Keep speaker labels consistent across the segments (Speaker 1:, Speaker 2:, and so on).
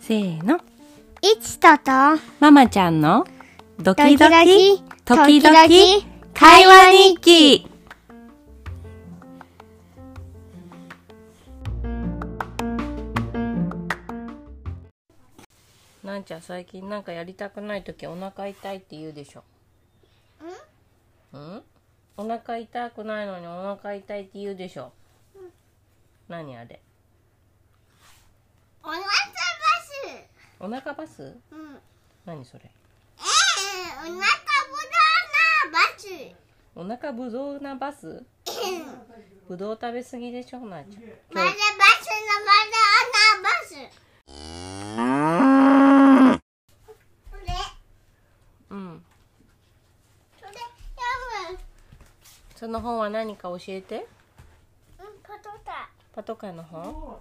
Speaker 1: せーの。
Speaker 2: いちとと、
Speaker 1: ママちゃんのドキド
Speaker 2: ド
Speaker 1: キ、時
Speaker 2: キドキ
Speaker 1: 々、会話日記。なんちゃん最近なんかやりたくない時お腹痛いって言うでしょ。うんお腹痛くないのにお腹痛いって言うでしょ。何あれ
Speaker 2: おなかバス。
Speaker 1: お腹バス
Speaker 2: うん。え
Speaker 1: 何それ
Speaker 2: えおなかぶどうなバス。
Speaker 1: お腹ぶどうなバスぶどう食べ過ぎでしょなあちゃん
Speaker 2: まだバスのまだなバス。それ、
Speaker 1: うん
Speaker 2: それ、や
Speaker 1: その本は何か教えて
Speaker 2: む。うん、パトタ。
Speaker 1: パトカーの本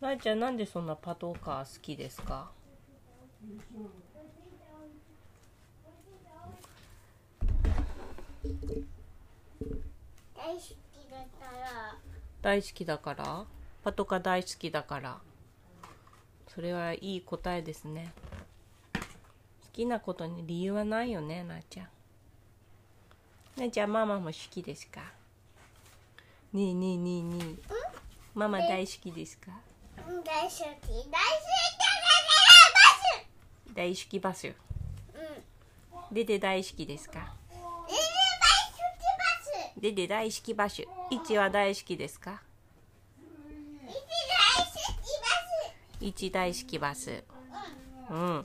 Speaker 1: なあちゃんなんでそんなパトカー好きですか
Speaker 2: 大好きだから。
Speaker 1: 大好きだからパトカー大好きだからそれはいい答えですね好きなことに理由はないよねなあちゃんなあちゃんママも好きですかねえねえねえねえママ大好きですか
Speaker 2: うん、大好き。大好きだ
Speaker 1: 大好きバス
Speaker 2: からバス。うん。
Speaker 1: デデ大好きですか
Speaker 2: ええ、大好きバス。
Speaker 1: デデ大好きバスイチは大好きですか
Speaker 2: いち大
Speaker 1: イチ大
Speaker 2: 好きバス。
Speaker 1: 好きバスうん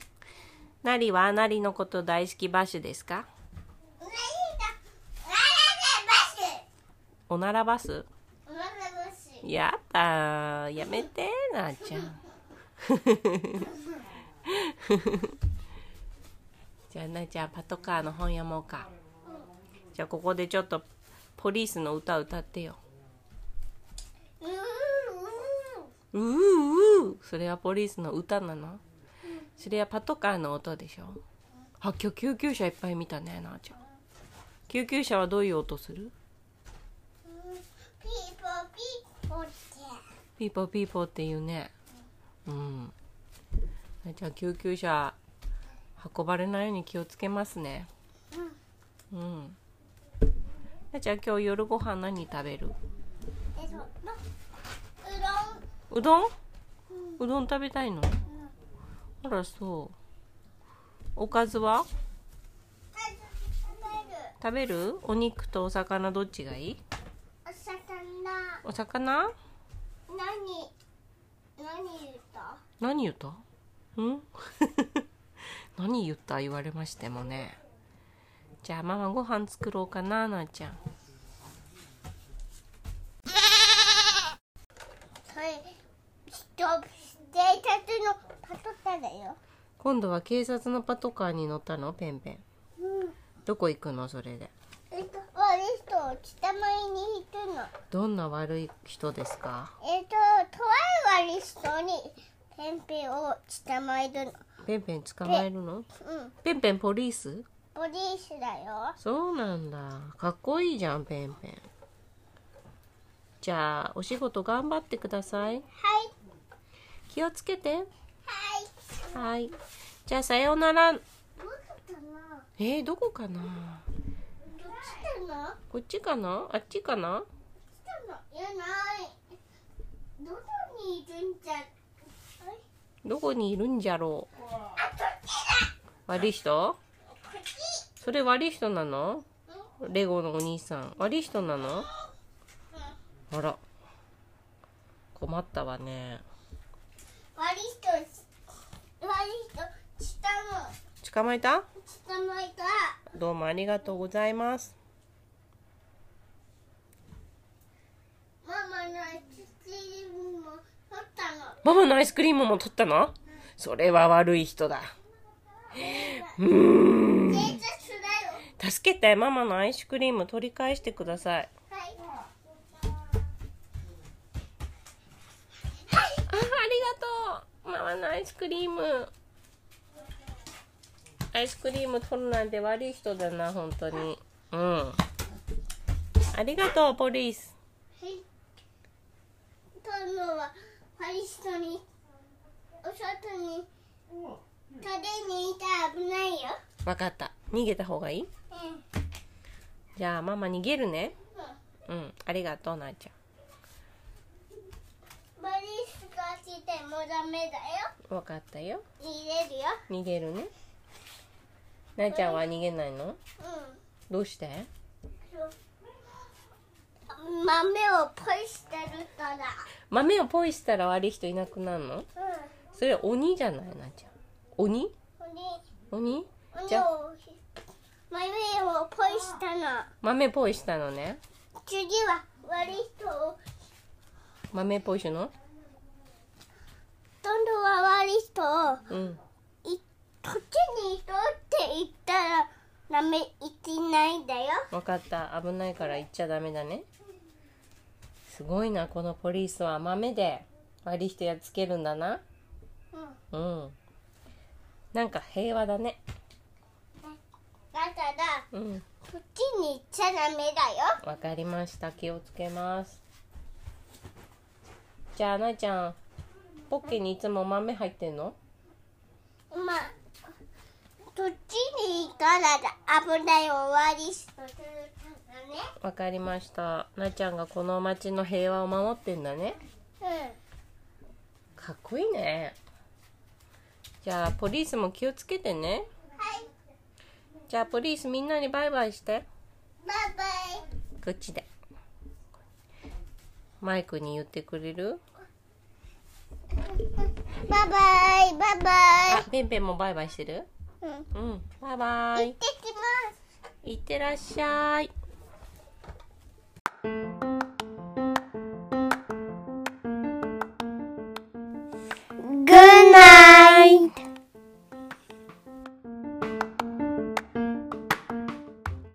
Speaker 1: なりはなりのこと大好きバスですか
Speaker 2: うなぎだ。わらねバス。
Speaker 1: おならバス
Speaker 2: わらバス。
Speaker 1: やだーやめてなあちゃん じゃあなあちゃんパトカーの本読もうかじゃあここでちょっとポリースの歌歌ってよ
Speaker 2: うんうん
Speaker 1: うーうーそれはポリスの歌なのそれはパトカーの音でしょあ今日救急車いっぱい見たねなあちゃん救急車はどういう音する
Speaker 2: ピーポーピーポーって
Speaker 1: ピーポーピーポーっていうねうんなあちゃん救急車運ばれないように気をつけますねうんなあちゃん今日夜ご飯何食べる
Speaker 2: えそのう
Speaker 1: うどんうどん食べたいのあらそうおかずは
Speaker 2: どん食べる
Speaker 1: 食べるお肉とお魚どっちがいいお
Speaker 2: お魚
Speaker 1: 魚
Speaker 2: 何何言った
Speaker 1: 何言ったん 何言った言われましてもねじゃあママご飯作ろうかななあちゃん
Speaker 2: それストップデータとのパトカーだよ
Speaker 1: 今度は警察のパトカーに乗ったのペンペン
Speaker 2: うん
Speaker 1: どこ行くのそれで
Speaker 2: えっと悪い人を下前に行くの
Speaker 1: どんな悪い人ですか
Speaker 2: えっととある悪い人にペンペンを下前るの
Speaker 1: ペンペン捕まえるの
Speaker 2: うん
Speaker 1: ペンペンポリス
Speaker 2: ポリスだよ
Speaker 1: そうなんだかっこいいじゃんペンペンじゃあお仕事頑張ってください
Speaker 2: はい
Speaker 1: 気をつけて
Speaker 2: はい
Speaker 1: はい。じゃあさようなら。
Speaker 2: どうだったな
Speaker 1: えー、どこかな。
Speaker 2: どっちだな
Speaker 1: こっちかな。あっちかな。
Speaker 2: どっちだないやないどこにいるんじゃあれ
Speaker 1: どこにいるんじゃろう。
Speaker 2: あこっちだ
Speaker 1: 悪い人？
Speaker 2: こっち
Speaker 1: それ悪い人なの？
Speaker 2: うん
Speaker 1: レゴのお兄さん。悪い人なの？あら。困ったわね。
Speaker 2: 悪い人悪い人下の
Speaker 1: 捕まえた？
Speaker 2: 下のいた
Speaker 1: どうもありがとうございます。
Speaker 2: ママの父も取ったの
Speaker 1: ママのアイスクリームも取ったの？それは悪い人だ。うーん。
Speaker 2: 警察だよ
Speaker 1: 助けてママのアイスクリーム取り返してください。
Speaker 2: はい
Speaker 1: あありがとうママのアイスクリームアイスクリーム取るなんて悪い人だな本当にうんありがとうポリス
Speaker 2: はい。取るのはパリストにお外に食べにいたら危ないよ。
Speaker 1: わかった逃げた方がいい
Speaker 2: うん。
Speaker 1: じゃあママ逃げるねうんありがとうなーち
Speaker 2: パリスが来てもダメだよ。
Speaker 1: ゃんわかったよ
Speaker 2: 入れるよ。
Speaker 1: 逃げるねなーちゃんは逃げないの
Speaker 2: うん。
Speaker 1: どうして
Speaker 2: 豆をポイしてるから。
Speaker 1: 豆をポイしたら悪い人いなくなるの
Speaker 2: う
Speaker 1: それ鬼じゃないなーちゃん鬼
Speaker 2: ん。鬼、
Speaker 1: 鬼じ
Speaker 2: 鬼
Speaker 1: ゃあ
Speaker 2: を、豆をポイしたの。
Speaker 1: 豆ポイしたのね
Speaker 2: 次は悪い人を、
Speaker 1: 豆ポイしの
Speaker 2: 今度は悪い人を、
Speaker 1: うん
Speaker 2: い、こっちに行こうって言ったら、ダメ、行きないだよ。
Speaker 1: わかった危ないから行っちゃダメだねすごいなこのポリスは豆で悪い人やっつけるんだな
Speaker 2: うん。
Speaker 1: うんなんか平和だね
Speaker 2: だから、
Speaker 1: うん
Speaker 2: こっちに行っちゃダメだよ。
Speaker 1: わかりました気をつけますじゃあなえちゃんポッケにいつも豆入ってんの
Speaker 2: まあ、そっちに行ったら危ない終わりしとするか
Speaker 1: わかりましたなえちゃんがこの町の平和を守ってんだね
Speaker 2: らね。
Speaker 1: かっこいいねじゃあポリスも気をつけてね
Speaker 2: うん。はい。
Speaker 1: じゃあポリスみんなにバイバイして
Speaker 2: バイバイ。
Speaker 1: こっちでマイクに言ってくれる
Speaker 2: バイバイ。バイバ
Speaker 1: あペンペンもバイバイしてる
Speaker 2: イ。うん。
Speaker 1: うんバイバ
Speaker 2: 行っ
Speaker 1: イ
Speaker 2: てきます。
Speaker 1: いってらっしゃい